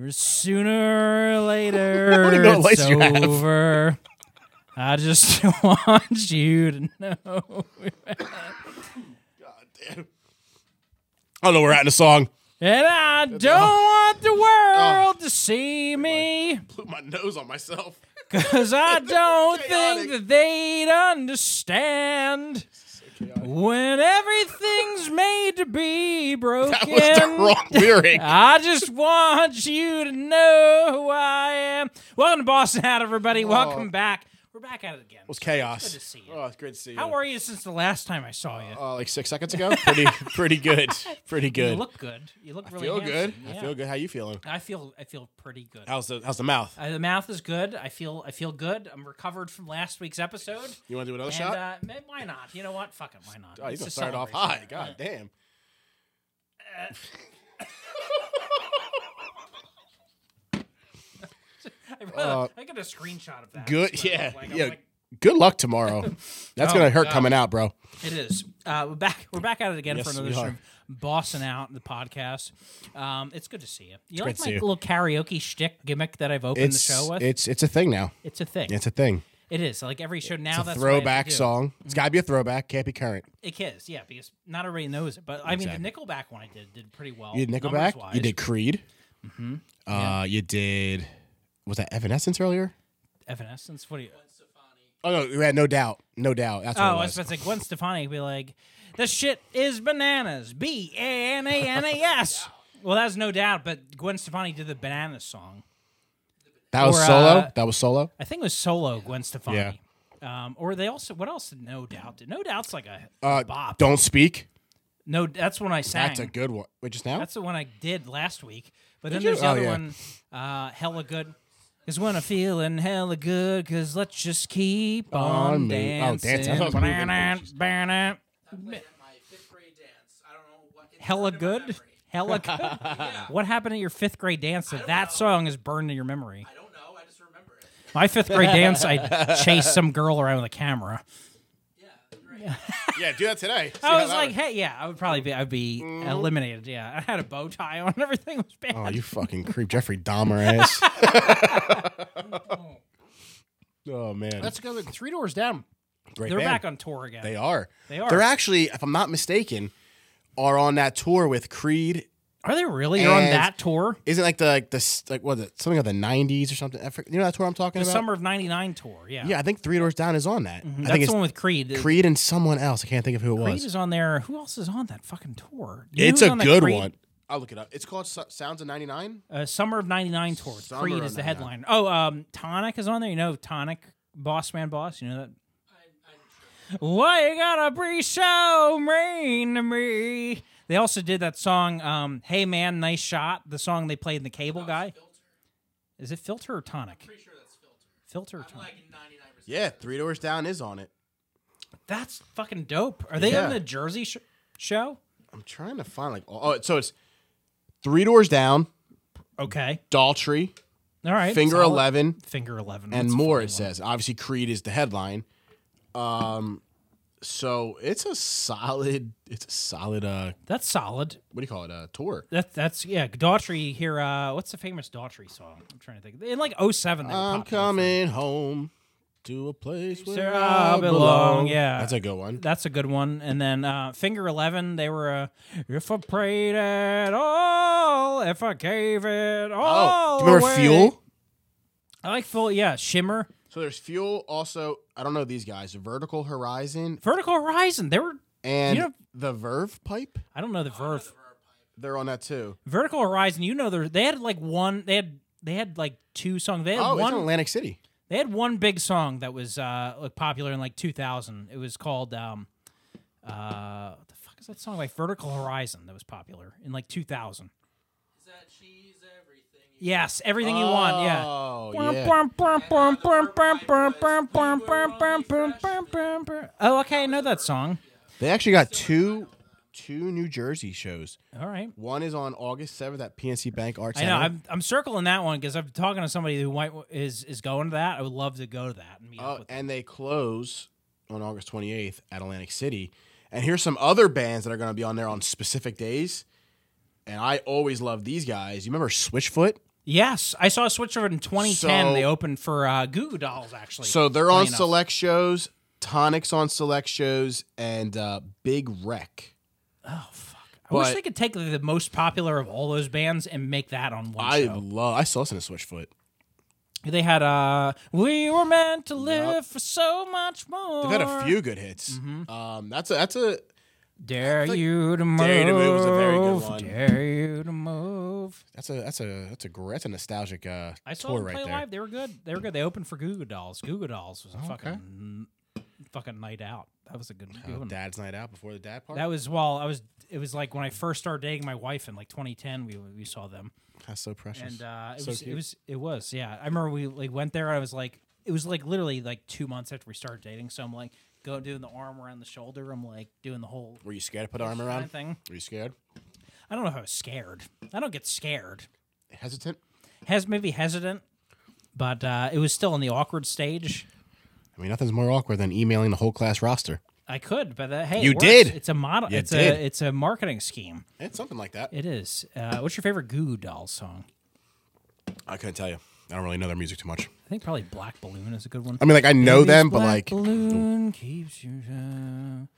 Or Sooner or later, many note it's lights you have? over. I just want you to know. I don't know where we're at in the song. And I don't want the Oh. world to see me Blew my nose on myself. because I don't think Chaotic. that they'd understand when everything's made to be That was the broken. wrong lyric. I just want you to know who I am. Welcome to Boston Hat, everybody. Welcome back. We're back at it again. was chaos. Good to see you. Oh, it's great to see you. How are you since the last time I saw you? Uh, like six seconds ago. Pretty, pretty good. Pretty You good. look good. You look really feel good. handsome. I Yeah. feel good. How you feeling? I feel I feel pretty good. How's the How's the mouth? Uh, the mouth is good. I feel I feel good. I'm recovered from last week's episode. You want to do another And shot? uh, ma- why not? You know what? Fuck it. Why not? oh, you It's gonna a start off celebration. high. God damn. I, rather- I get a screenshot of that. Uh, Good. So, Yeah. like, I'm yeah. like- Good luck tomorrow. That's gonna hurt coming out, bro. It is. Uh, we're back. We're back at it again Yes, for another we sort are. of bossing out the podcast. Um, it's good to see you. You like to my see you. little karaoke shtick gimmick that I've opened It's the show with? it's it's a thing now. it's a thing. It's a thing. It is like every show now. that's what I have to throwback do. song. It's gotta be a throwback. Can't be current. It is, yeah, because not everybody knows it. But I mean, the Exactly. Nickelback one I did did pretty well. You did Nickelback. You numbers-wise. did Creed. Mm-hmm. Uh, You did. Was that Evanescence earlier? Evanescence. What do you? Oh no, we had no doubt. No doubt. That's what Oh, it I was. was about to say Gwen Stefani would be like, "This shit is bananas." B A N A N A S. Well, that's no doubt. But Gwen Stefani did the bananas song. that was or, solo. uh, that was solo. I think it was solo Gwen Stefani. Um, or they also what else did No Doubt did? No Doubt's like a Uh, bop. Don't speak. No, that's when I sang. That's a good one. Wait, just now? That's the one I did last week. But then you? there's the Oh, other yeah. one, uh, hella good. Is when I'm feeling hella good, cause let's just keep on, On me- oh, dancing. dancing. I thought it was moving. Ba-na- played at my fifth grade dance. I don't know what. It's hella burned in my good, memory. hella good. What happened at your fifth grade dance that that song is burned in your memory? I don't know. I just remember it. My fifth grade dance, I chased some girl around with a camera. yeah, do that today. See how I was that like, works. hey, yeah, I would probably be, I'd be eliminated. Yeah, I had a bow tie on, everything was bad. oh, you fucking creep, Jeffrey Dahmer ass. oh man, Let's go. Three Doors Down. great. They're band. back on tour again. They are. They are. They're actually, if I'm not mistaken, are on that tour with Creed. Are they really? You're on And- that tour? Isn't like the like this like what is it something of the '90s or something? I forget- You know that tour I'm talking The about. Summer of 99 tour, yeah. Yeah, I think Three Doors Down is on that. I Mm-hmm. That's think the it's one with Creed. Creed, Creed and someone else. I can't think of who it was. is on there. Who else is on that fucking tour? You know it's who's a on that good Creed- one. I'll look it up. It's called Su- Sounds of '99. Uh, Summer of 99 tour. Summer Creed of is the headliner. 99. Oh, um, Tonic is on there. You know Tonic, Boss Man Boss. You know that? Why you gotta be so mean to me? They also did that song, um, Hey Man, Nice Shot, the song they played in The Cable Guy. Is it Filter or Tonic? Pretty sure that's filter. Filter or Tonic? Like 99%. Yeah, Three Doors Down is on it. That's fucking dope. Are they Yeah. on the Jersey sh- show? I'm trying to find like oh, oh, so it's Three Doors Down, Okay. Daltrey, All right. Finger solid. Eleven, Finger 11. and That's a more. funny It says obviously Creed is the headline. Um, so it's a solid. It's a solid. Uh, one. That's solid. what do you call it? Uh, tour. That, that's, yeah. Daughtry here. Uh, what's the famous Daughtry song? I'm trying to think. In like 07, they were I'm popular for- coming home to a place where Sir, I, I belong. belong. Yeah. that's a good one. That's a good one. And then uh, Finger 11, they were, uh, if I prayed at all, if I gave it all. Oh, do you remember away." Fuel? I like Fuel, yeah. Shimmer. So there's Fuel. Also, I don't know these guys. Vertical Horizon Vertical Horizon, they were, and You know- the Verve Pipe. I don't know the verve. They're on that too. Vertical Horizon, you know, they they had like one, they had they had like two songs. They had Oh, one. it's in Atlantic City. They had one big song that was uh, like popular in like 2000. It was called um, uh, what the fuck is that song? Like Vertical Horizon that was popular in like 2000. Is that she's everything Yes, everything you want. Uh, Yeah. Oh, Oh, okay, I know that song. They actually got two two New Jersey shows. All right. One is on August 7th at PNC Bank Arts. I know. Center. I'm, I'm circling that one because I'm talking to somebody who might, is is going to that. I would love to go to that and meet Uh, up with. and they close on August 28th at Atlantic City. And here's some other bands that are going to be on there on specific days. And I always love these guys. You remember Switchfoot? Yes, I saw Switchfoot in 2010. So- they opened for uh, Goo Goo Dolls actually. So they're on Funny enough. select shows, Tonic's on select shows, and uh, Big Wreck. Oh fuck! I wish But- they could take the most popular of all those bands and make that on one I show. love. I still listen to Switchfoot. They had uh, "We Were Meant to Live for So Much More." They've had a few good hits. Um, that's a that's a Dare you to move? Dare You to Move was a very good one. Dare you to move? that's a that's a that's a gr- that's a nostalgic uh, I saw tour them right play there. Oh, live. They were good. They were good. They opened for Goo Goo Dolls. Goo Goo Dolls was a fucking fucking night out. That was a good, good Oh, one. Dad's night out before the dad part. That was while I was. It was like when I first started dating my wife in like 2010. We we saw them. that's so precious. and uh, it So was it cute. was it was yeah. I remember we like went there. I was like, it was like literally like two months after we started dating. So I'm like, go doing the arm around the shoulder. I'm like doing the whole Were you scared to put an arm kind of around? thing. Were you scared? I don't know if I was scared. I don't get scared. Hesitant? Has maybe hesitant, but uh, it was still in the awkward stage. I mean, nothing's more awkward than emailing the whole class roster. I could, but uh, hey, it You works. did. It's a model. You it's did. a it's a marketing scheme. It's something like that. It is. Uh, what's your favorite Goo Goo Dolls song? I couldn't tell you. I don't really know their music too much. I think probably Black Balloon is a good one. I mean, like I know Baby's them, but black like balloon keeps you down.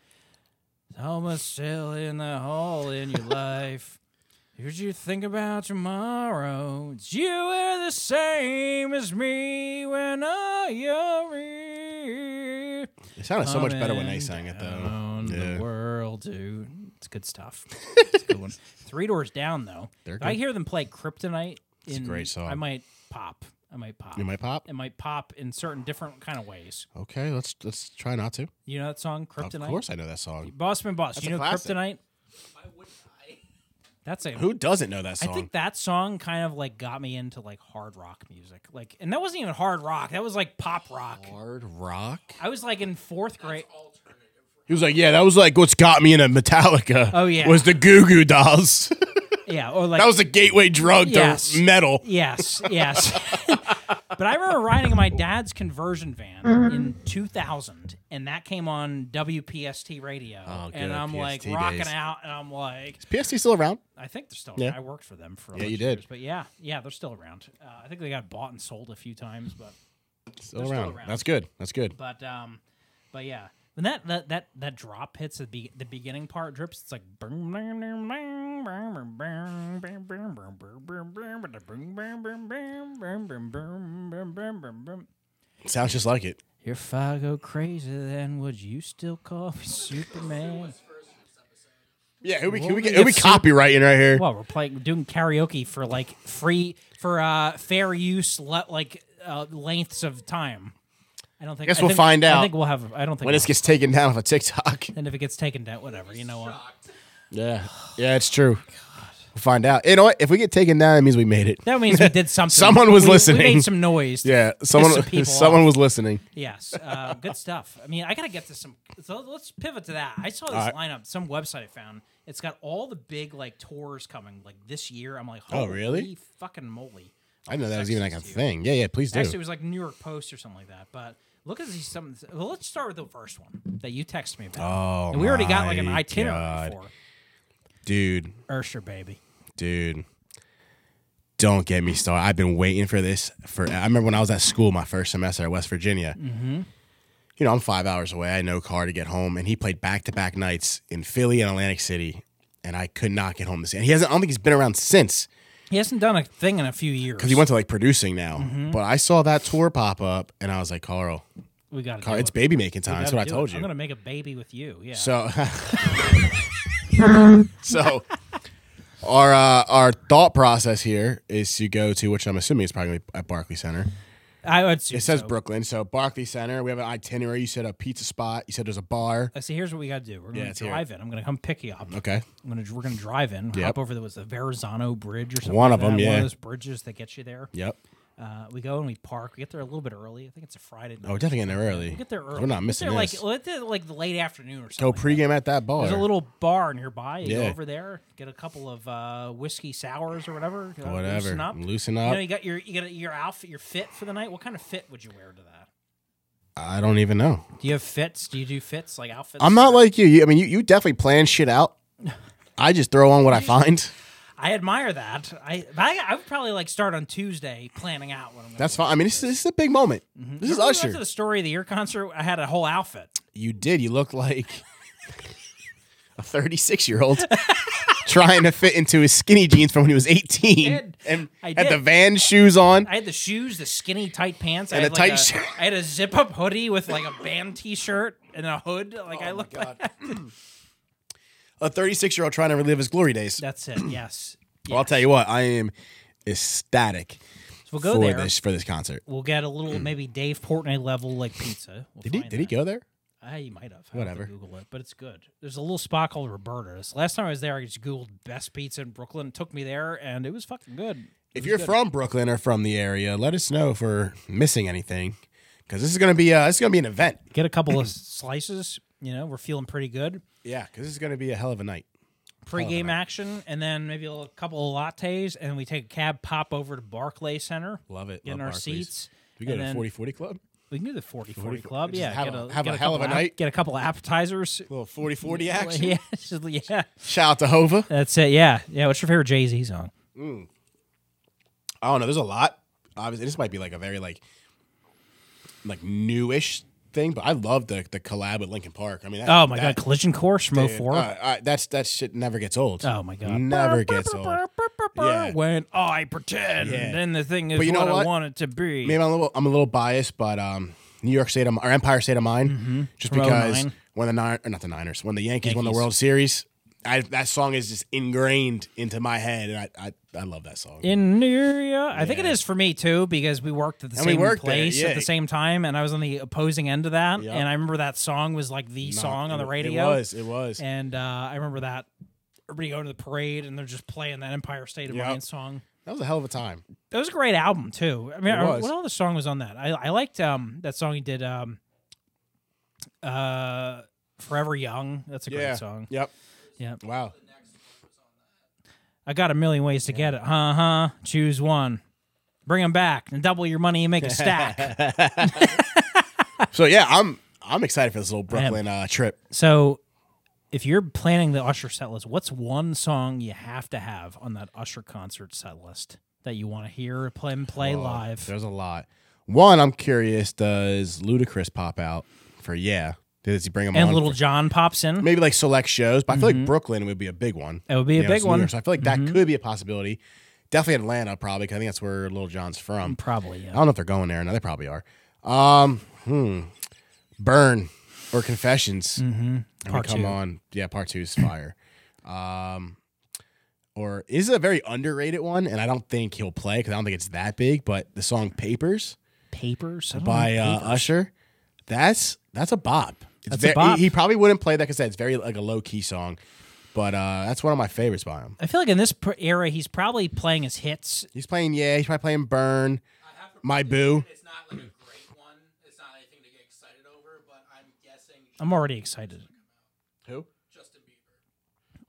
It's almost still in the hole in your life. Here's you think about tomorrow. It's you were the same as me when I you're it sounded so much better when they sang it though. The Yeah. world, dude. It's good stuff. It's a good one. Three doors down though. They're If I good. hear them play Kryptonite. a in- great song. I might pop. I might pop. You might pop. It might pop in certain different kind of ways. Okay, let's let's try not to. You know that song, Kryptonite? Of course, I know that song. Bossman Boss. you a know classic. Kryptonite? Why wouldn't I? That's a. Who doesn't know that I song? think that song kind of like got me into like hard rock music. Like, and that wasn't even hard rock. That was like pop rock. Hard rock. I was like in fourth grade. Alternative. He was like, "Yeah, that was like what's got me into Metallica." Oh, yeah. was the Goo Goo Dolls. Yeah. Or like. that was the gateway drug Yes. to metal. Yes. Yes. but I remember riding in my dad's conversion van in 2000, and that came on WPST radio, Oh, and good, I'm like PST rocking days. out, and I'm like, PST still around? I think they're still. Yeah. I worked for them for. A Yeah, bunch you of did. years, but yeah, yeah, they're still around. Uh, I think they got bought and sold a few times, but Still still around. around. That's good. That's good. but um, but yeah. When that that that, that drop hits the be- the beginning part drips, it's like boom, boom, boom, boom, boom, boom, boom, boom, boom, boom, boom, boom, boom, boom, boom, boom, boom, boom, boom, boom, boom, boom, boom, boom. Sounds just like it. If I go crazy, then would you still call me Superman? Yeah, who we who we, Well, who we if- copywriting right here? Well, we're playing doing karaoke for like free for uh fair use le- like uh, lengths of time. I don't think. Guess I we'll think- find I out think we'll have. I don't think. when we'll this gets taken down off of TikTok. and if it gets taken down, whatever. You know what? Yeah, yeah, it's true. Oh, We'll find out. You know what? If we get taken down, it means we made it. That means we did something. Someone was We- We made listening. some noise. Yeah, some someone people someone was listening. Yes. Uh, good stuff. I mean, I gotta get to some. So let's pivot to that. I saw this All right. lineup. Some website I found. It's got all the big like tours coming like this year. I'm like, Oh, really? holy Fucking moly. I didn't know that was even like a Texas, dude. thing. Yeah, yeah. Please do. Actually, it was like New York Post or something like that. But look at these some. Well, let's start with the first one that you texted me about. Oh, and we already got like an my itinerary God. for dude, Ursher, baby. dude. Don't get me started. I've been waiting for this for. I remember when I was at school my first semester at West Virginia. You know, I'm five hours away. I had no car to get home, and he played back to back nights in Philly and Atlantic City, and I could not get home to see. And he hasn't. I don't think he's been around since. He hasn't done a thing in a few years. because he went to like producing now. But I saw that tour pop up, and I was like, Carl, we got Carl it's baby making time. That's what I told I'm you. gonna make a baby with you. Yeah. So, Um, so our uh, our thought process here is to go to which I'm assuming is probably at Barclay Center. I would assume It says so. Brooklyn. So Barclay Center. We have an itinerary. You said a pizza spot. You said there's a bar. I uh, see. Here's what we got to do. We're gonna Yeah, let's hear it. drive in. I'm gonna come pick you up. Okay. I'm gonna we're gonna drive in. Yep. Hop over there was the Verrazano Bridge or something. One like of 'em, that, One yeah. of those bridges that get you there. Yep. Uh, we go and we park. We get there a little bit early. I think it's a Friday. Night. Oh, we're definitely getting there early. we get there early. We're We get not missing there like this. we get there like the late afternoon or Go something. pregame at that bar. There's a little bar nearby. You go Yeah. over there, get a couple of uh, whiskey sours or whatever. you know, whatever. Loosen up. Loosen You up. know, you got your you got your outfit, your fit for the night. What kind of fit would you wear to that? I don't even know. Do you have fits? Do you do fits like outfits? I'm not like you. you I mean, you, you definitely plan shit out. I just throw on what I find. I admire that. I I, I would probably like start on Tuesday planning out what I'm. Gonna That's do. fine. I mean, this, this is a big moment. This Remember when is we went to Usher. the Story of the Year concert. I had a whole outfit. You did. You look like a 36 year old trying to fit into his skinny jeans from when he was 18 did. and I had the did. van shoes on. I had the shoes, the skinny tight pants, And I a had like tight shirt. I had a zip up hoodie with like a band t shirt and a hood. Oh Like I looked like Hmm. A 36 year old trying to relive his glory days. that's it. Yes. Well, I'll tell you what, I am ecstatic So we'll go for there. this for this concert. We'll get a little maybe Dave Portnoy level like pizza. We'll Mm. Did he? find Did he that. go there? Ah, you might have. I'll have to Whatever. Google it, but it's good. There's a little spot called Roberta's. Last time I was there, I just Googled best pizza in Brooklyn. It took me there, and it was fucking good. If you're from Brooklyn or from the area, let us know if we're missing anything, because this is gonna be uh, this is gonna be an event. Get a couple of slices. You know, we're feeling pretty good. Yeah, because this is gonna be a hell of a night. Pre-game action, and then maybe a little- couple of lattes, and we take a cab, pop over to Barclay Center, Love it. get in Love our Barclays. seats. Do we go and to then- 40-40 club? We can do the 40-40 40 club. Just Yeah, have get a- a, have get a hell of couple a night. Get a couple appetizers. little 40-40 action. Yeah, just- yeah. Shout out to Hova. That's it. Yeah, yeah. What's your favorite Jay Z song? I don't know. There's a lot. Obviously, this might be like a very like like newish thing, but I love the the collab with Lincoln Park. I mean, that, Oh my that, god, Collision Course from dude, 04. uh, uh, that's that shit never gets old. Oh my god, never gets old. Yeah. When I pretend, Yeah. then the thing is But you know what, I what? want it to be. maybe I'm a little I'm a little biased, but um, New York State of, or Empire State of Mind, just From because 09. when the nine or not the Niners, when the Yankees, won the Mm-hmm. Yankees. World Series, I, that song is just ingrained into my head, and I I, I love that song. in New York, I think it is for me too because we worked at the And we same worked there, place yeah. at the same time, and I was on the opposing end of that. Yep. And I remember that song was like the Not- song on it- the radio. It was. It was. and uh, I remember that everybody going to the parade and they're just playing that Empire State of Yep. Mind song. that was a hell of a time. That was a great album too. I mean, It I- was. what other song was on that? I, I liked um that song he did um uh Forever Young. That's a yeah. great song. Yep. Yeah. Wow. I got a million ways to get it. Huh huh. Choose one. Bring them back and double your money and make a stack. So yeah, I'm I'm excited for this little Brooklyn uh, trip. so if you're planning the Usher set list, what's one song you have to have on that Usher concert set list that you want to hear play and play Oh, live? There's a lot. One, I'm curious. Does Ludacris pop out for yeah? Does he bring him and on Little for- John pops in. maybe like select shows, but I feel like Brooklyn would be a big one. That would be a You know, big it's New one. Mm-hmm. York, so I feel like that could be a possibility. Definitely Atlanta, probably. 'cause I think that's where Little John's from. Probably. I Yeah. don't know if they're going there. No, they probably are. Um, hmm. Burn or Confessions. Mm-hmm. Part come two. on, yeah, part two is fire. um, or is a very underrated one, and I don't think he'll play because I don't think it's that big. But the song "Papers" Papers I don't by know, uh, Oh, papers. Usher. That's that's a bop. It's That's a very, bop. He, he probably wouldn't play that because it's very like a low key song, but uh, that's one of my favorites by him. I feel like in this pr- era, he's probably playing his hits. He's playing yeah. He's probably playing Burn, I have to My Boo. It's not like a great one. It's not anything to get excited over, but I'm guessing I'm already excited. Who? Justin Bieber.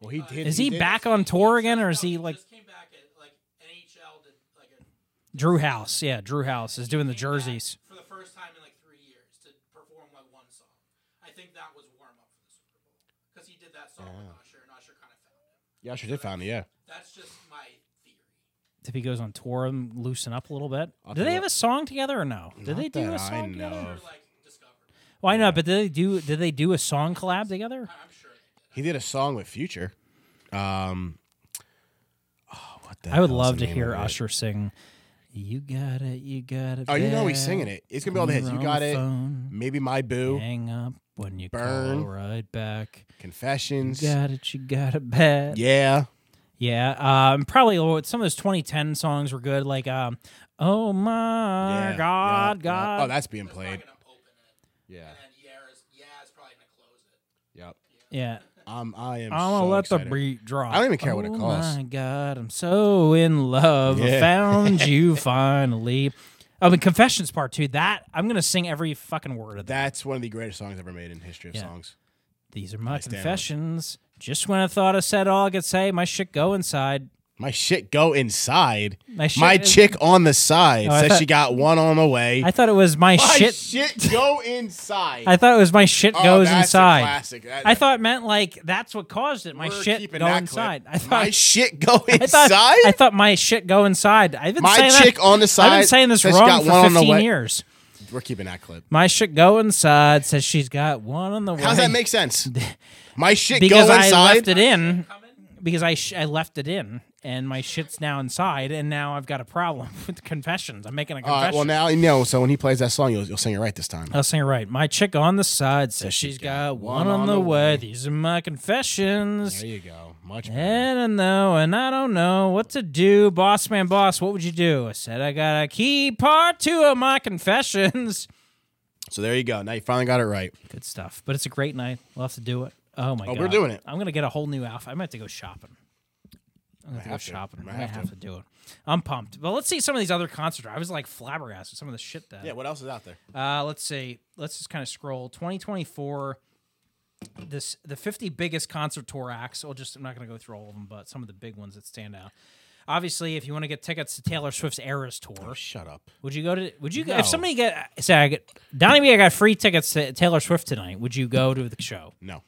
Well, he did. Is he did- back on tour again, or is No, he like just came back at like NHL did like a, Drew House? Yeah, Drew House is doing the came back jerseys. for the first time in like three years to perform like one song. I think that was warm up for the Super Bowl because he did that song with Usher, and Usher kind of found him. Yeah, Usher did find it. Yeah. That's just my theory. If he goes on tour, and loosen up a little bit. I'll Do tell they you have a song together or no? Did they Not do that a I song know together? of. Like discovered. Why not? But did they do? Did they do a song collab together? I'm sure they did. He did a song with Future. Um. oh, what the I would hell's love the to name hear of it? Usher sing. You got it. You got it. Oh, you know he's bad. singing it. It's gonna be all the hits. You You're on got the it. phone. Maybe my boo. Hang up when you Burn. call right back. Confessions. Got it. You got it bad. Yeah. Yeah, um, probably oh, some of those 2010 songs were good. Like, um, Oh my Yeah, God, yeah, yeah. God. Oh, that's being But it's played. not gonna open it. Yeah. And then Yara's yeah is probably gonna close it. Yep. yeah. I'm. I am. I'm gonna so let the excited. beat drop. I don't even care what it Oh costs. my god, I'm so in love. I Yeah. found you finally. Oh, and Confessions Part Two. That I'm gonna sing every fucking word of that. That's one of the greatest songs ever made in history of Yeah. songs. These are my stand on it. confessions. Just when I thought I said all I could say, my shit go inside. My shit go inside. My shit. My is- chick on the side Oh, I says thought- she got one on the way. I thought it was my, My shit. shit go inside. I thought it was my shit Oh, goes that's a inside. classic. That- I thought it meant like that's what caused it. My we're shit keeping go that clip. inside. I thought. my shit go I thought, inside. I thought my shit go inside. I've been my saying that- chick on the side. I've been saying this says she wrong got for one on the 15 way. years. We're keeping that clip. My shit go inside says she's got one on the way. How's that make sense? My shit Because go I left inside. it in. Coming? Because I sh- I left it in, and my shit's now inside, and now I've got a problem with confessions. I'm making a All confession. Oh. right. Well, now you know. So when he plays that song, you'll, you'll sing it right this time. I'll sing it right. My chick on the side says she's got one on the way. These are my confessions. There you go. Much better. And I know, and I don't know what to do. Boss man, boss, what would you do? I said, I got to keep part two of my confessions. So there you go. Now you finally got it right. Good stuff. But it's a great night. We'll have to do it. Oh my Oh, god. we're doing it. I'm gonna get a whole new outfit. I might have to go shopping. I'm gonna have to go have to. shopping. I'm Might gonna have, have to. to. do it. I'm pumped. But let's see some of these other concerts. I was like flabbergasted with some of the shit that Yeah. What else is out there? uh, let's see. Let's just kind of scroll. 2024. This the 50 biggest concert tour acts. I'll just I'm not going to go through all of them, but some of the big ones that stand out. Obviously, if you want to get tickets to Taylor Swift's Eras tour, Oh, Shut up. would you go to? Would you go No. if somebody get say I get Donnie B? I got free tickets to Taylor Swift tonight. Would you go to the show? No.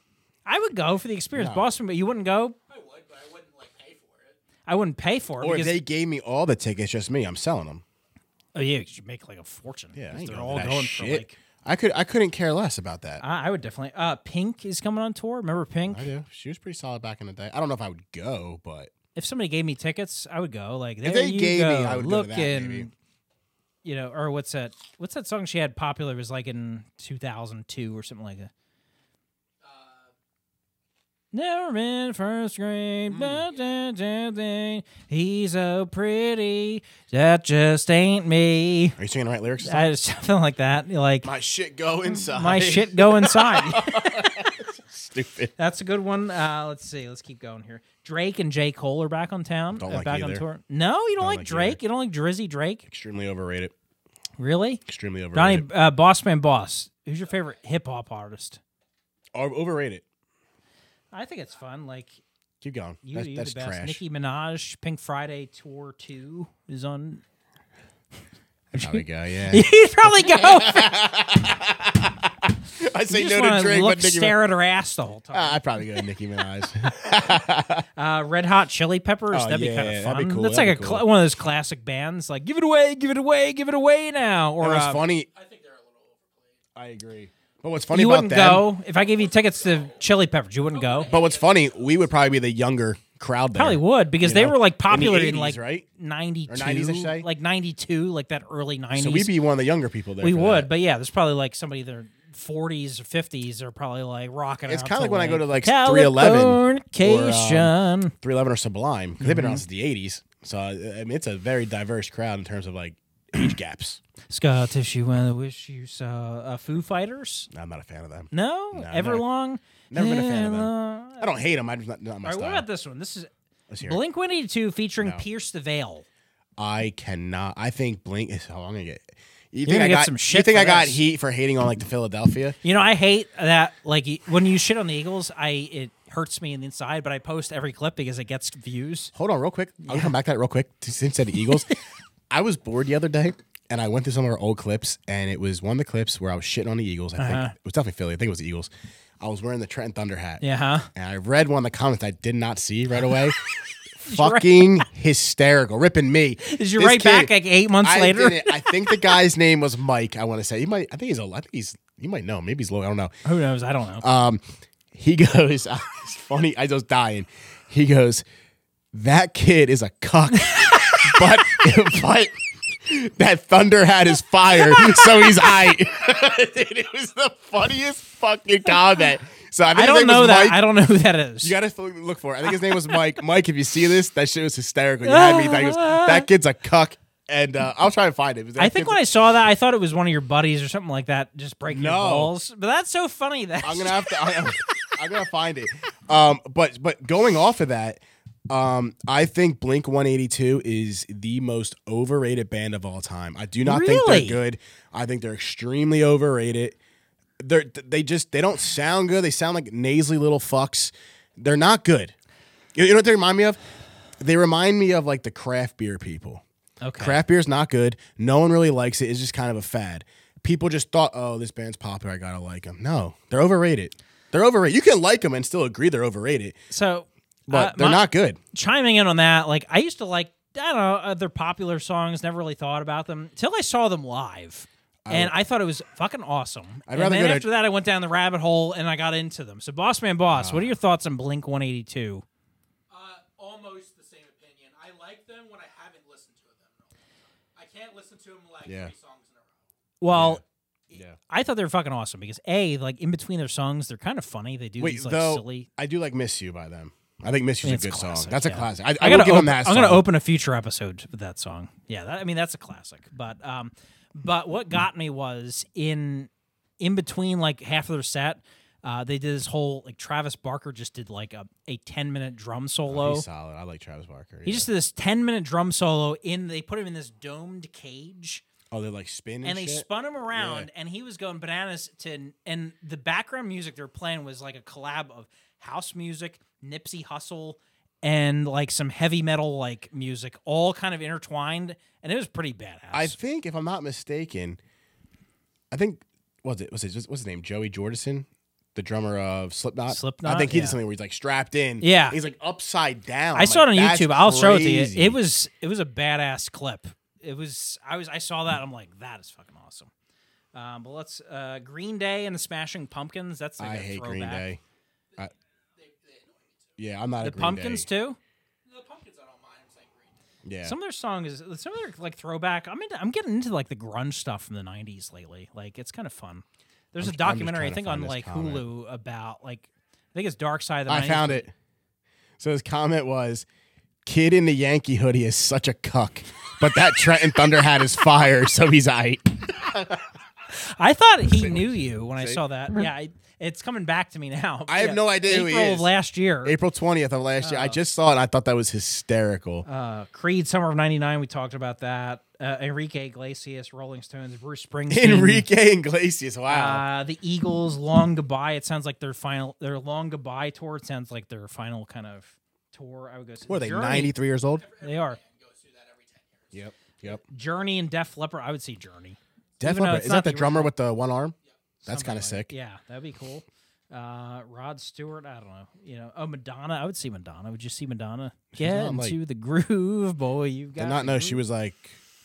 I would go for the experience, No. Boston. But you wouldn't go. I would, but I wouldn't like pay for it. I wouldn't pay for it Or if because they gave me all the tickets, just me. I'm selling them. oh yeah, you should make like a fortune. Yeah. I because ain't they're going all for that going for shit. like. I could. I couldn't care less about that. I, I would definitely. Uh, Pink is coming on tour. Remember Pink? I do. She was pretty solid back in the day. I don't know if I would go, but if somebody gave me tickets, I would go. Like there if they you gave go, me, I would go to looking, that. Maybe. you know, or what's that? What's that song she had popular? It was like in two thousand two or something like that. Uh, Never in first Hmm. grade, but da- da- da- he's so pretty. That just ain't me. Are you singing the right lyrics? or something? I just something like that. Like my shit go inside. my shit go inside. Stupid. That's a good one. Uh, let's see. Let's keep going here. Drake and J. Cole are back on town. Don't uh, like back on either. tour. No, you don't, like, like either. Drake. You don't like Drizzy Drake. Extremely overrated. Really? Extremely overrated. Donnie, uh, Boss Man Boss, who's your favorite hip hop artist? Or overrated. I think it's fun. Like Keep going. you, that's you that's the best. trash. Nicki Minaj, Pink Friday Tour Two is on. Probably go, yeah. He'd probably go. I say you no just to want to Drake, look, but Nicki Ah. stare at her ass the whole time. I probably go to Nicki Minaj. Uh, Red Hot Chili Peppers. Oh, that'd be kind yeah, of that'd be fun. cool, That's that'd like be a cool. cl- one of those classic bands. Like give it away, give it away, give it away now. Or Or uh, what's funny? I think they're a little overplayed. I agree. But what's funny you about wouldn't that? go if I gave you tickets to Chili Peppers. You wouldn't go. But what's funny? We would probably be the younger crowd there. Probably would because You they know, were like in the popular in, 80s, like right? ninety two, 90s, I should say. like ninety two, like that early nineties. So we'd be one of the younger people there. We for would, that. but yeah, there's probably like somebody in their 40s or 50s are probably like rocking. It's out kinda to, like when I go to, like, Californication. 311 or Sublime because they've been Mm-hmm. around since the 80s. So uh, I mean, it's a very diverse crowd in terms of like age gaps. Scottish, you want to wish you saw uh, Foo Fighters. I'm not a fan of them. No, No, Everlong. never been a fan of them. Everlong. I don't hate them. I just not, not my All right, what style. about this one? This is Let's hear it. Blink 182 featuring No. Pierce the Veil. I cannot. I think Blink is. Oh, I'm gonna get. You gonna I get got some You shit think for I got this. heat for hating on like the Philadelphia? You know, I hate that. Like y- when you shit on the Eagles, I it hurts me in the inside, but I post every clip because it gets views. Hold on, real quick. I'll come back to that real quick. Since said Eagles, I was bored the other day and I went through some of our old clips, and it was one of the clips where I was shitting on the Eagles. I Uh-huh. think it was definitely Philly. I think it was the Eagles. I was wearing the Trenton Thunder hat. Yeah. Huh? and I read one of the comments I did not see right away. Fucking hysterical, ripping me. Is you This right kid- back like eight months I later? didn't- I think the guy's name was Mike. I want to say he might. I think he's. a- I think he's. You might know. Maybe he's low. I don't know. Who knows? I don't know. Um, he goes. It's funny. I was dying. He goes. That kid is a cuck, but but that thunder hat is fire, so he's I. Dude, it was the funniest fucking comment. So I, think I his don't name was know that. Mike. I don't know who that is. You gotta f- look for it. I think his name was Mike. Mike, if you see this, that shit was hysterical. You had me. That, he goes, that kid's a cuck, and uh, I'll try and find it. I think when I saw that, I thought it was one of your buddies or something like that, just breaking your No. balls. But that's so funny. That I'm gonna have to. I'm, I'm gonna find it. Um, but but going off of that, um, I think Blink 182 is the most overrated band of all time. I do not Really? think they're good. I think they're extremely overrated. They're they just they don't sound good. They sound like nasally little fucks. They're not good. You, you know what they remind me of? They remind me of like the craft beer people. okay. Craft beer's not good. No one really likes it. It's just kind of a fad. People just thought, oh, this band's popular. I gotta like them. No, they're overrated. They're overrated. You can like them and still agree they're overrated, So, but uh, they're my- not good. chiming in on that. Like I used to like I don't know other popular songs. Never really thought about them until I saw them live. And I thought it was fucking awesome. I'd and rather then go to- after that, I went down the rabbit hole and I got into them. So, Boss Man Boss, Ah. what are your thoughts on Blink 182? Uh, almost the same opinion. I like them when I haven't listened to them. in a long time. I can't listen to them like Yeah. three songs in a row. Well, Yeah. I thought they were fucking awesome because A, like in between their songs, they're kind of funny. They do Wait, these like though silly. I do like "Miss You" by them. I think "Miss You's It's a good classic, song. That's yeah. a classic. I I, I, gotta would give open, them that. I'm gonna song. open a future episode with that song. Yeah, that, I mean that's a classic. But um, but what got me was in in between like half of their set, uh, they did this whole like Travis Barker just did like a, a ten minute drum solo. He's solid. I like Travis Barker. he yeah. just did this ten minute drum solo in. They put him in this domed cage oh, they're like spinning. and they shit? spun him around and he was going bananas to and the background music they were playing was like a collab of house music nipsey hustle and like some heavy metal like music all kind of intertwined and it was pretty badass I think, if I'm not mistaken, I think was it was it what's his name? Joey Jordison, the drummer of Slipknot. Slipknot, I think he yeah. did something where he's like strapped in. Yeah. he's like upside down. I saw it on Like, that's youtube i'll show it to you crazy. it was it was a badass clip it was i was i saw that i'm like that is fucking awesome um, but let's uh, green day and the smashing pumpkins that's like I a hate throwback. Green Day. I, yeah, I'm not the a Green pumpkins Day. too The pumpkins I don't mind. I'm saying green. Yeah, Some of their songs, some of their like throwback. I'm into, I'm getting into like the grunge stuff from the '90s lately. Like it's kind of fun. There's a I'm- I'm just documentary I trying to think find on this like comment. Hulu about like I think it's Dark Side of the I 90s. found it. So his comment was, "Kid in the Yankee hoodie is such a cuck, but that Trenton Thunder hat is fire, so he's aight." I thought he knew you when I saw that. Yeah, I, it's coming back to me now. I have Yeah, no idea April who he of is. last year. April 20th of last Oh. year, I just saw it. and I thought that was hysterical. Uh, Creed, Summer of '99. We talked about that. Uh, Enrique Iglesias, Rolling Stones, Bruce Springsteen, Enrique Iglesias. Wow. Hmm. Uh, the Eagles' long goodbye. It sounds like their final, their long goodbye tour. It sounds like their final kind of tour. I would go. What are they, Journey. 93 years old? They are Yep. Yep. Journey and Def Leppard. I would see Journey. Def Even though Leppard- it's Is not that the the drummer with the one arm? That's Something kind like- of sick. Yeah, that'd be cool. Uh, Rod Stewart. I don't know. You know. Oh, Madonna. I would see Madonna. Would you see Madonna? Get not, like- into the groove, boy. You got. Did not know Mm-hmm. she was like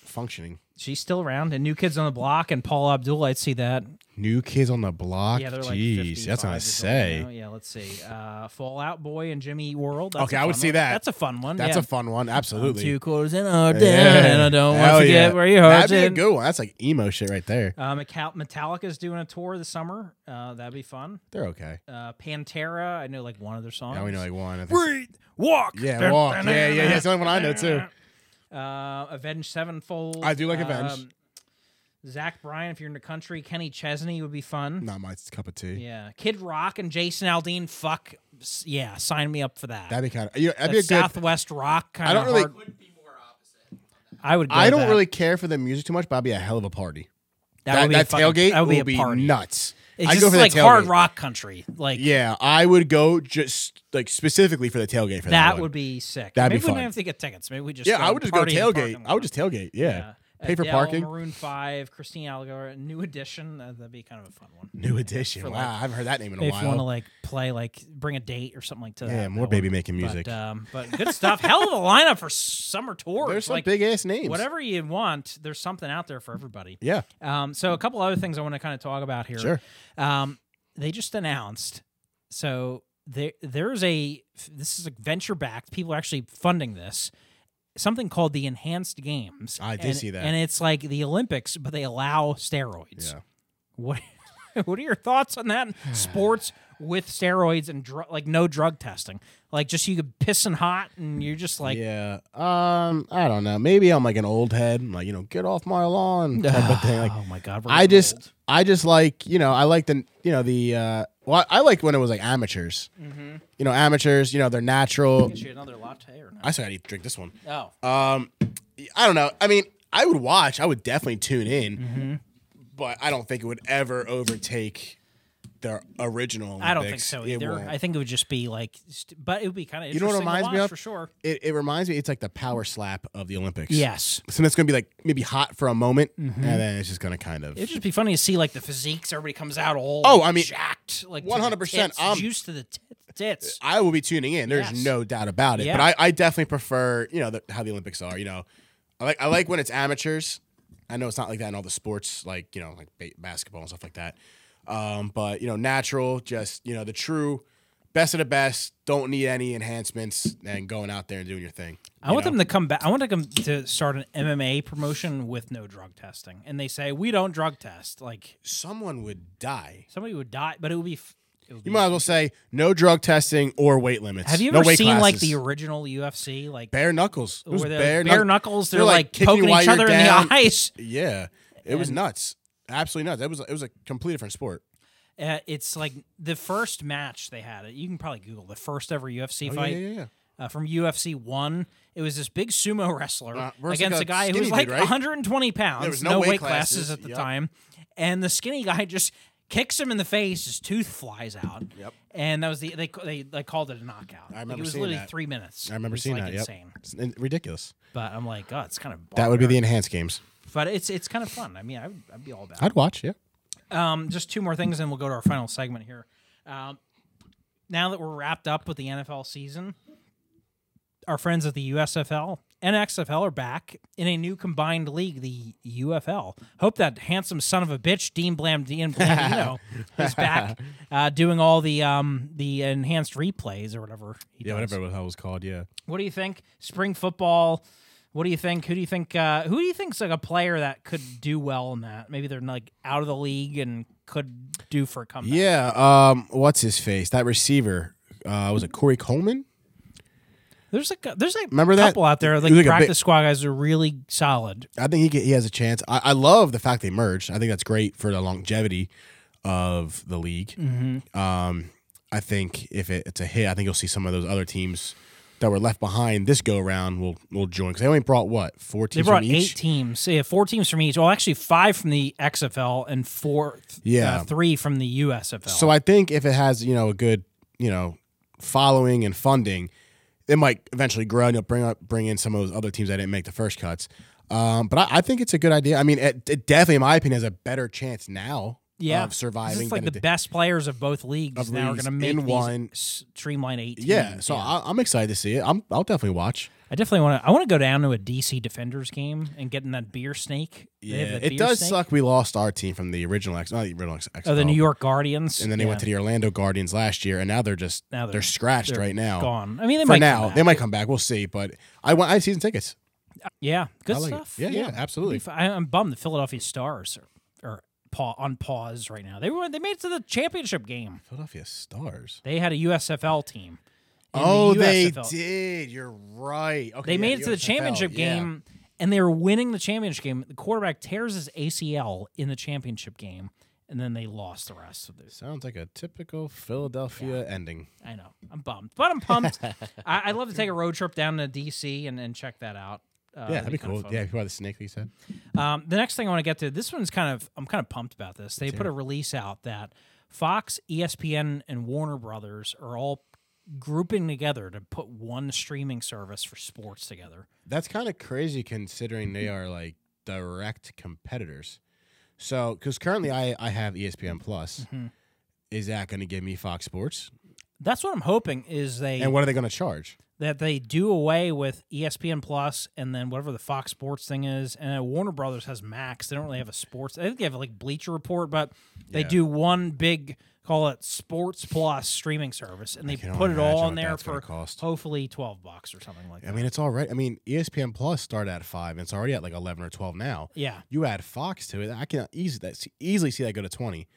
functioning. She's still around. And New Kids on the Block and Paul Abdul. I'd see that. New kids on the block. Yeah, they're like. Jeez, that's 55 what I years old say. now. Yeah, let's see. Uh, Fallout Boy and Jimmy Eat World. That's Okay, a I would fun see one. that. That's a fun one. That's yeah. a fun one. Absolutely. Two quarters in a down, Yeah. and I don't want Hell to yeah. get where your heart's That'd in. be a good one. That's like emo shit right there. Uh, Metal- Metallica's doing a tour this summer. Uh, that'd be fun. They're okay. Uh, Pantera, I know like one of their songs. I only know like one. I think- Breathe, walk. Yeah, walk. Yeah, yeah, yeah. It's the only one I know too. Uh, Avenged Sevenfold. I do like Avenged. Um, Zach Bryan, if you're in the country, Kenny Chesney would be fun. Not my cup of tea. Yeah, Kid Rock and Jason Aldean. Fuck, s- yeah, sign me up for that. That'd be kind of. Yeah, that'd be a That's good. Southwest rock kind I don't of really- hard. Couldn't be more opposite. I would. Go I don't that. really care for the music too much, but I'd be a hell of a party. That, would be a fucking- tailgate That would be will a party. nuts. It's I'd just go for like the hard tailgate. rock country. Like Yeah, I would go just like specifically for the tailgate for that. that one. would be sick. That'd be Maybe we don't fun. have to get tickets. Maybe we just Yeah, I would just go party in the tailgate. parking I lot. would just tailgate. Yeah, Yeah. pay for Adele, parking. Maroon Five, Christina Aguilera, New Edition. Uh, that'd be kind of a fun one. New edition. For wow, like- I haven't heard that name in a if you want to while. like play, like bring a date or something like that. Yeah, that more one. baby making music. But, um, but good stuff. Hell of a lineup for summer tours. There's some like, big ass names. Whatever you want, there's something out there for everybody. Yeah. Um, so a couple other things I want to kind of talk about here. Sure. Um, they just announced. So there, there's a this is like venture backed. People are actually funding this. Something called the Enhanced Games. I did and, see that. and it's like the Olympics, but they allow steroids. Yeah. What? what are your thoughts on that? Sports with steroids and dr- like no drug testing, like just you pissing hot and you're just like, yeah. Um, I don't know. Maybe I'm like an old head, I'm like you know, get off my lawn type of thing. Like oh my god, we're I getting just, old. I just like you know, I like the you know the uh, well, I like when it was like amateurs. Mm-hmm. You know, amateurs. You know, they're natural. Get you another latte or I still gotta drink this one. no? Oh, Um, I don't know. I mean, I would watch. I would definitely tune in, Mm-hmm. but I don't think it would ever overtake the original. Olympics. I don't think so It either. won't. I think it would just be like, st- but it would be kind of You know what it reminds me of? for sure. it, it reminds me. It's like the power slap of the Olympics. Yes, So it's gonna be like maybe hot for a moment, Mm-hmm. and then it's just gonna kind of. It'd just be funny to see like the physiques. Everybody comes out all Oh, I mean, jacked, like to the 100%, tits, I'm- juice to the tit- tits. I will be tuning in. There's Yes. no doubt about it. Yeah. But I, I definitely prefer, you know, the, how the Olympics are. You know, I like I like when it's amateurs. I know it's not like that in all the sports, like you know, like ba- basketball and stuff like that. Um, but you know, natural, just you know, the true best of the best. Don't need any enhancements and going out there and doing your thing. I want them to come back. I want to come to start an MMA promotion with no drug testing, and they say we don't drug test. Like Someone would die. somebody would die, but it would be. f- It would be- You might as well say no drug testing or weight limits. have you no ever weight seen like classes. the original UFC, like bare knuckles? It was where they're bare, bare, knuck- knuckles? They're, they're, like, like, kicking you poking while each you're other in down. the eyes. Yeah, it was And- nuts. Absolutely nuts. That was it was a completely different sport. Uh, it's like the first match they had. uh, You can probably Google the first ever UFC Oh, yeah, fight. yeah, yeah. uh, from UFC one. It was this big sumo wrestler Uh, versus against a a guy who skinny was dude, like right? 120 pounds. There was no weight weight classes, classes, at the yep. time, and the skinny guy just kicks him in the face. His tooth flies out. Yep. And that was the they they, they called it a knockout. I remember like, it was seeing literally that. three minutes. I It remember was, seeing like, that. Yep. Insane. It's in- ridiculous. But I'm like, oh, it's kind of That would be the barbaric. enhanced games. But it's it's kind of fun. I mean, I would, I'd be all about. it. I'd watch. Yeah. Um, just two more things, and we'll go to our final segment here. Um, now that we're wrapped up with the NFL season, our friends at the USFL and XFL are back in a new combined league, the UFL. Hope that handsome son of a bitch, Dean Blam, Dean Blandino, is back uh, doing all the um, the enhanced replays or whatever. He Yeah, does. whatever the hell it was called. Yeah. What do you think? Spring football. What do you think? Who do you think? Uh, who do you think's like a player that could do well in that? Maybe they're like out of the league and could do for a comeback. Yeah. Um. What's his face? That receiver. Uh, was it Corey Coleman? There's like a, there's like Remember that? couple out there It like, was like a practice big- squad guys are really solid. I think he get, he has a chance. I, I love the fact they merged. I think that's great for the longevity of the league. Mm-hmm. Um, I think if it, it's a hit, I think you'll see some of those other teams that were left behind this go around will will join because they only brought what four They teams brought from each. eight teams. Yeah, four teams from each. Well, actually, five from the XFL and four, th- Yeah. uh, three from the USFL. So I think if it has, you know, a good, you know, following and funding, it might eventually grow and you'll bring up bring in some of those other teams that didn't make the first cuts. Um, but I, I think it's a good idea. I mean, it, it definitely, in my opinion, has a better chance now yeah, of surviving. This is like than the it did- best players of both leagues Of now are going leagues to make in these one. s- streamline eight. yeah, teams. so I, I'm excited to see it. I'm, I'll definitely watch. I definitely want to. I want to go down to a DC Defenders game and get in that beer snake. They have that it beer does snake. suck. We lost our team from the original X, not the original X. Oh, the XFL, New York Guardians, and then they went to the Orlando Guardians last year, and now they're just Now they're, they're- scratched right now. gone. I mean, they For might come now, back. they might come back. We'll see. But I want I have season tickets. Yeah, good I like it. stuff. Yeah, yeah, absolutely. Be fi- I, I'm bummed the Philadelphia Stars are, are pa- on pause right now. They were they made it to the championship game. Philadelphia Stars. They had a USFL team. in the Oh, they USFL. did. You're right. Okay, They yeah, made it to the USFL, championship yeah. game, and they were winning the championship game. The quarterback tears his ACL in the championship game, and then they lost the rest of this. Sounds like a typical Philadelphia ending. I know. I'm bummed, but I'm pumped. I, I'd love to take a road trip down to DC and, and check that out. Uh, yeah, that'd be kinda cool. fun. Yeah, if you are the snake that you said. Um, the next thing I want to get to, this one's kind of, I'm kind of pumped about this. They put a release out that Fox, E ESPN, and Warner Brothers are all grouping together to put one streaming service for sports together. That's kind of crazy considering they are like direct competitors. So, because currently I, I have E ESPN Plus. Mm-hmm. Is that going to give me Fox Sports? That's what I'm hoping is they And what are they going to charge? that they do away with E ESPN Plus and then whatever the Fox Sports thing is. And uh, Warner Brothers has Max. They don't really have a sports. I think they have like Bleacher Report, but they Yeah. do one big call it Sports Plus streaming service, and they can only put it all imagine on what there that's gonna for cost. hopefully twelve bucks or something like that. I mean, it's all right. I mean, E ESPN Plus started at five, and it's already at like eleven or twelve now. yeah. You add Fox to it, I can easily that easily see that go to twenty.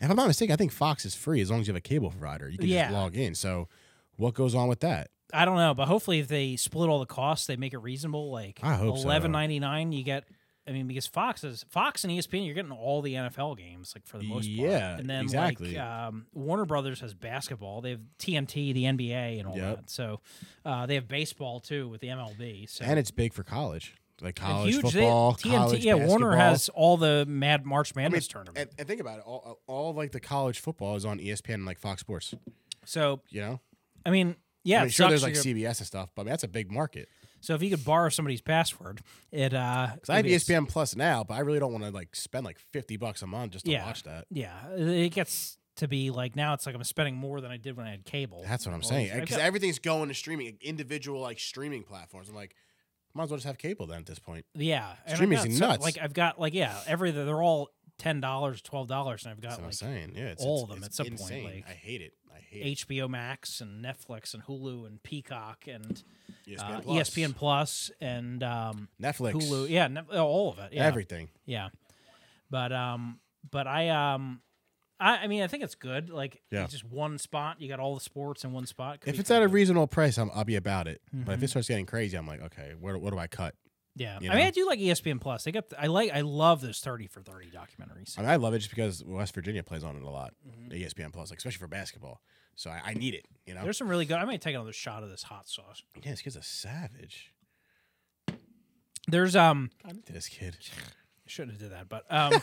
If I'm not mistaken, I think Fox is free as long as you have a cable provider. You can Yeah. just log in. So what goes on with that? I don't know, but hopefully if they split all the costs, they make it reasonable. Like I hope so. eleven ninety nine, you get. I mean, because Fox is Fox and E ESPN, you're getting all the NFL games, like for the most Yeah, part. and then exactly. like um, Warner Brothers has basketball. They have TNT, the NBA, and all Yep. that. So uh, they have baseball too with the MLB. So And it's big for college. Like And college huge, they- football, TNT, college yeah. Warner basketball. has all the Mad March I mean, Madness tournament. and, and think about it. All, all like the college football is on E ESPN and like Fox Sports. so You know, I mean, yeah, I mean, it sure, sucks there's that like you're- CBS and stuff, but I mean, that's a big market. so if you could borrow somebody's password, it uh, Because I have E it'd be a- ESPN Plus now, but I really don't want to like spend like fifty bucks a month just to Yeah. watch that. Yeah, it gets to be like now it's like I'm spending more than I did when I had cable. That's what I'm Well, saying. I've Because got- everything's going to streaming, like, individual like streaming platforms. I'm like, might as well just have cable then at this point. yeah, and I've Streaming's got some- nuts. like I've got like yeah, every they're all ten dollars, twelve dollars, and I've That's got what I'm like saying. Yeah, it's, all it's- of them it's at some point, insane. like, I hate it. I hate HBO Max and Netflix and Hulu and Peacock and it. E ESPN uh, Plus, ESPN Plus and um, Netflix, Hulu. Yeah, ne- oh, all of it. Yeah. everything. Yeah. But um but I um I, I mean I think it's good. Like Yeah. it's just one spot, you got all the sports in one spot. Could If be it's at kinda a good. reasonable price, I'm, I'll be about it. But if Mhm. it starts getting crazy, I'm like, okay, what, do- what do I cut? Yeah, you I mean, know? I do like E ESPN Plus. They got, I like, I love those thirty for thirty documentaries. I mean, I love it just because West Virginia plays on it a lot. Mm-hmm. E ESPN Plus, like especially for basketball. So I, I need it. You know, There's some really good. I might take another shot of this hot sauce. yeah, this kid's a savage. There's um, God, look at this kid. shouldn't have did that, but um,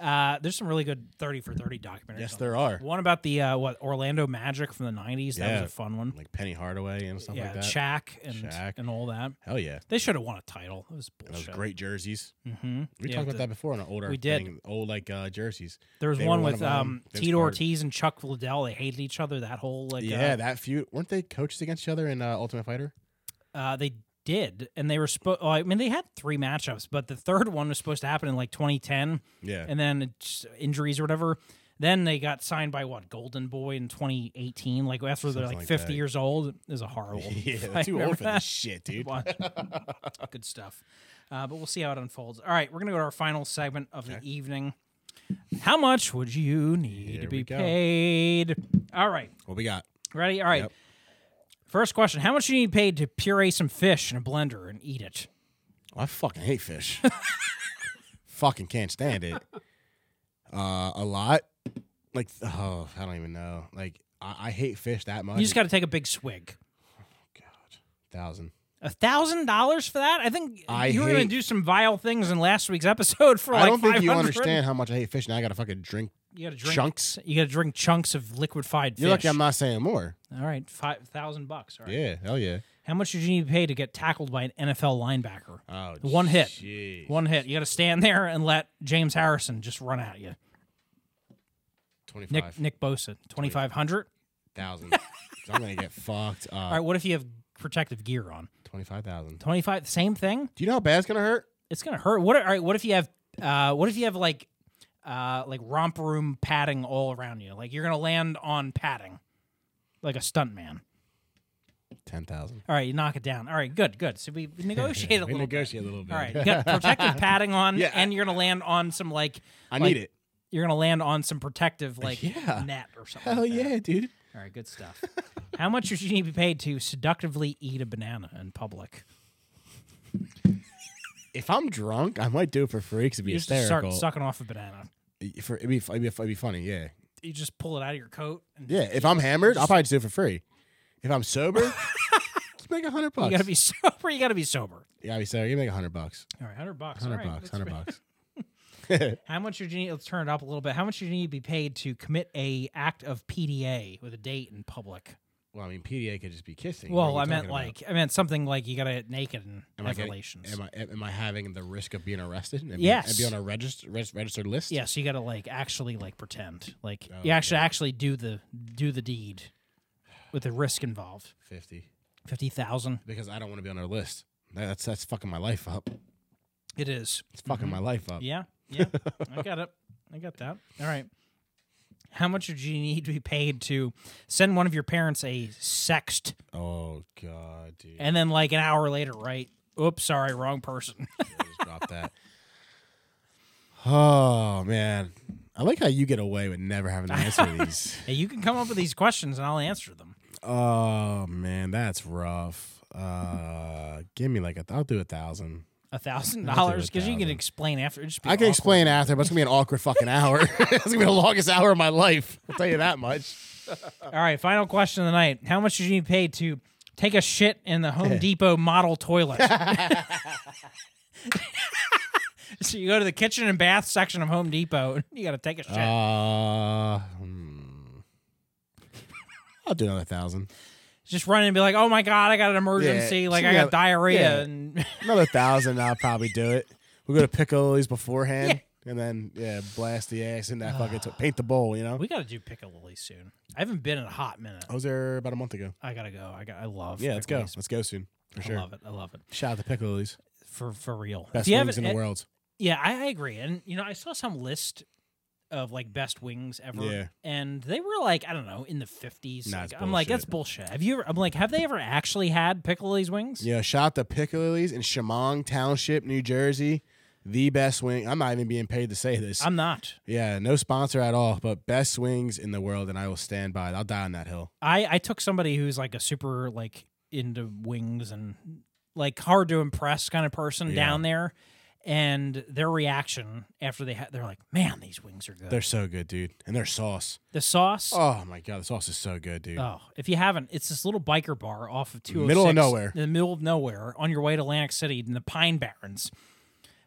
uh, there's some really good thirty for thirty documentaries. Yes, on there are. One about the uh, what Orlando Magic from the '90s. That Yeah. was a fun one. Like Penny Hardaway and stuff yeah, like that. Shaq and Shaq. and all that. Hell yeah. They should have won a title. It was And bullshit. those great jerseys. Mm-hmm. We talked about that before on an older we did. thing, old like uh, jerseys. There was They were one one with of 'em. um, Vince Tito Carter. Ortiz and Chuck Liddell. They hated each other. That whole like yeah, uh, that feud weren't they coaches against each other in uh, Ultimate Fighter? Uh, they did, and they were supposed. Oh, I mean, they had three matchups, but the third one was supposed to happen in like 2010, Yeah. and then it just- injuries or whatever. Then they got signed by what Golden Boy in 2018, like after they're Something like like 50 that. years old. It was a horrible. yeah, fight, they're too remember old for this shit, dude. that? Good stuff. Uh, but we'll see how it unfolds. All right, we're gonna go to our final segment of the evening. How much would you need Here to we be go. paid? All right, What we got? ready. All right. Yep. First question: How much do you need paid to puree some fish in a blender and eat it? I fucking hate fish. fucking can't stand it. Uh, a lot. Like oh, I don't even know. Like I, I hate fish that much. You just got to take a big swig. God, thousand. A thousand dollars for that? I think I you were going to hate- do some vile things in last week's episode for like I don't think you 500. understand how much I hate fish. Now I gotta fucking drink You got to drink chunks. You got to drink chunks of liquefied fish. You're lucky I'm not saying more. All right, five thousand bucks. All right. Yeah, hell yeah. How much did you need to pay to get tackled by an NFL linebacker? Oh, One hit. jeez. One hit. You got to stand there and let James Harrison just run at you. Nick Twenty-five Nick Bosa, twenty five hundred. thousand. so I'm gonna get fucked up. All right. What if you have protective gear on? Twenty-five thousand. Twenty five. Same thing. Do you know how bad it's gonna hurt? it's gonna hurt. What? All right. What if you have? Uh, what if you have like, uh, like romp room padding all around you? Like you're gonna land on padding, like a stuntman. Ten thousand. All right, you knock it down. All right, good, good. So we negotiated a We little. bit. negotiate a little bit. All right, you got protective padding on, Yeah, and you're gonna land on some like I like- need it. you're gonna land on some protective like Yeah. net or something. Hell like that. yeah, dude. All right, good stuff. How much should you need to be paid to seductively eat a banana in public? If I'm drunk, I might do it for free because it'd be You just start hysterical. sucking off a banana. for, it'd, be, it'd, be, it'd be funny, yeah. You just pull it out of your coat and Yeah, if I'm hammered, I'll probably just do it for free. If I'm sober, just make a hundred bucks. You gotta be sober. You gotta be sober. yeah, I'll be sober. You make a hundred bucks. All right, hundred bucks. all Hundred right, bucks. let's- Hundred bucks. How much would you need? Let's turn it up a little bit. How much do you need to be paid to commit a act of PDA with a date in public? Well, I mean, PDA could just be kissing. What are Well, we I meant talking about? like I meant something like you gotta get naked and Am I have getting- relations. Am I am I having the risk of being arrested? And be- Yes. And be on a register, reg- registered list. yeah, so you gotta like actually like pretend like Oh, you actually actually do the do the deed with the risk involved. Fifty. Fifty thousand. Because I don't want to be on their list. That- That's that's fucking my life up. It is. It's fucking my life up. Mm-hmm. Yeah, yeah. I got it. I got that. All right. How much would you need to be paid to send one of your parents a sext Oh god, dude. And then like an hour later, right? Oops, sorry, wrong person. I just dropped that. Oh man, I like how you get away with never having to answer these. Hey, you can come up with these questions and I'll answer them. Oh man, that's rough. Uh, give me like a. I'll do a thousand. A thousand I'll do a dollars because you can thousand. explain after. It'd Just be I can awkward. explain after, but it's gonna be an awkward fucking hour. it's gonna be the longest hour of my life. I'll tell you that much. All right, final question of the night. How much did you pay to take a shit in the Home Depot model toilet? so you go to the kitchen and bath section of Home Depot. You got to take a shit. Uh, hmm. I'll do another thousand. Just run in and be like, "Oh my god, I got an emergency! Yeah, like so I you got got- diarrhea." yeah. And Another thousand. I'll probably do it. We'll go to Piccolo's beforehand, and then yeah, blast the ass in that fucking to- paint the bowl. You know, we got to do piccalilli soon. I haven't been in a hot minute. I was there about a month ago. I gotta go. I got. I love. Yeah, let's go. piccolillis. Let's go soon for I sure. love it. I love it. Shout out to Piccolo's. For for real. Best Do you have wings an- in the eh, world. Yeah, I, I agree. And you know, I saw some list of like best wings ever, Yeah. and they were like I don't know in the fifties. Nah, like, it's I'm like that's bullshit. Have you? Ever, I'm like, have they ever actually had piccalilli's wings? Yeah, shout out to Piccalillies in Chemung Township, New Jersey. The best wing. I'm not even being paid to say this. I'm not. yeah, no sponsor at all, but best wings in the world, and I will stand by it. I'll die on that hill. I I took somebody who's like a super like into wings and like hard to impress kind of person Yeah. down there, and their reaction after they had, they're like, man, these wings are good. They're so good, dude. And their sauce. the sauce. Oh my god, the sauce is so good, dude. Oh, if you haven't, it's this little biker bar off of two oh Middle of nowhere. in the middle of nowhere, on your way to Atlantic City in the Pine Barrens.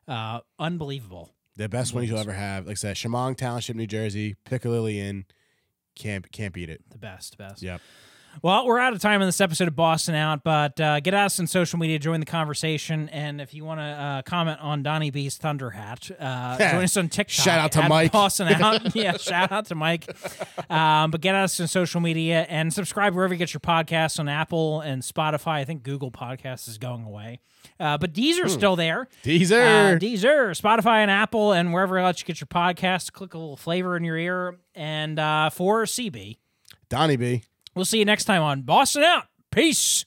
Uh, unbelievable. the best wings you'll ever have. Like I said, Chemung Township, New Jersey, Piccalilli Inn. Can't can't beat it. The best, best. Yep. Well, we're out of time on this episode of Boston Out, but uh, get at us on social media, join the conversation, and if you want to uh, comment on Donnie B's Thunder Hat, uh, join us on TikTok. Shout out to at Mike. Boston Out. yeah, shout out to Mike. Um, but get at us on social media and subscribe wherever you get your podcasts on Apple and Spotify. I think Google Podcasts is going away, uh, but Deezer's still there. Hmm. Deezer. Uh, Deezer, Spotify, and Apple, and wherever else you get your podcast, click a little flavor in your ear. And uh, for CB, Donnie B. we'll see you next time on Boston Out. Peace.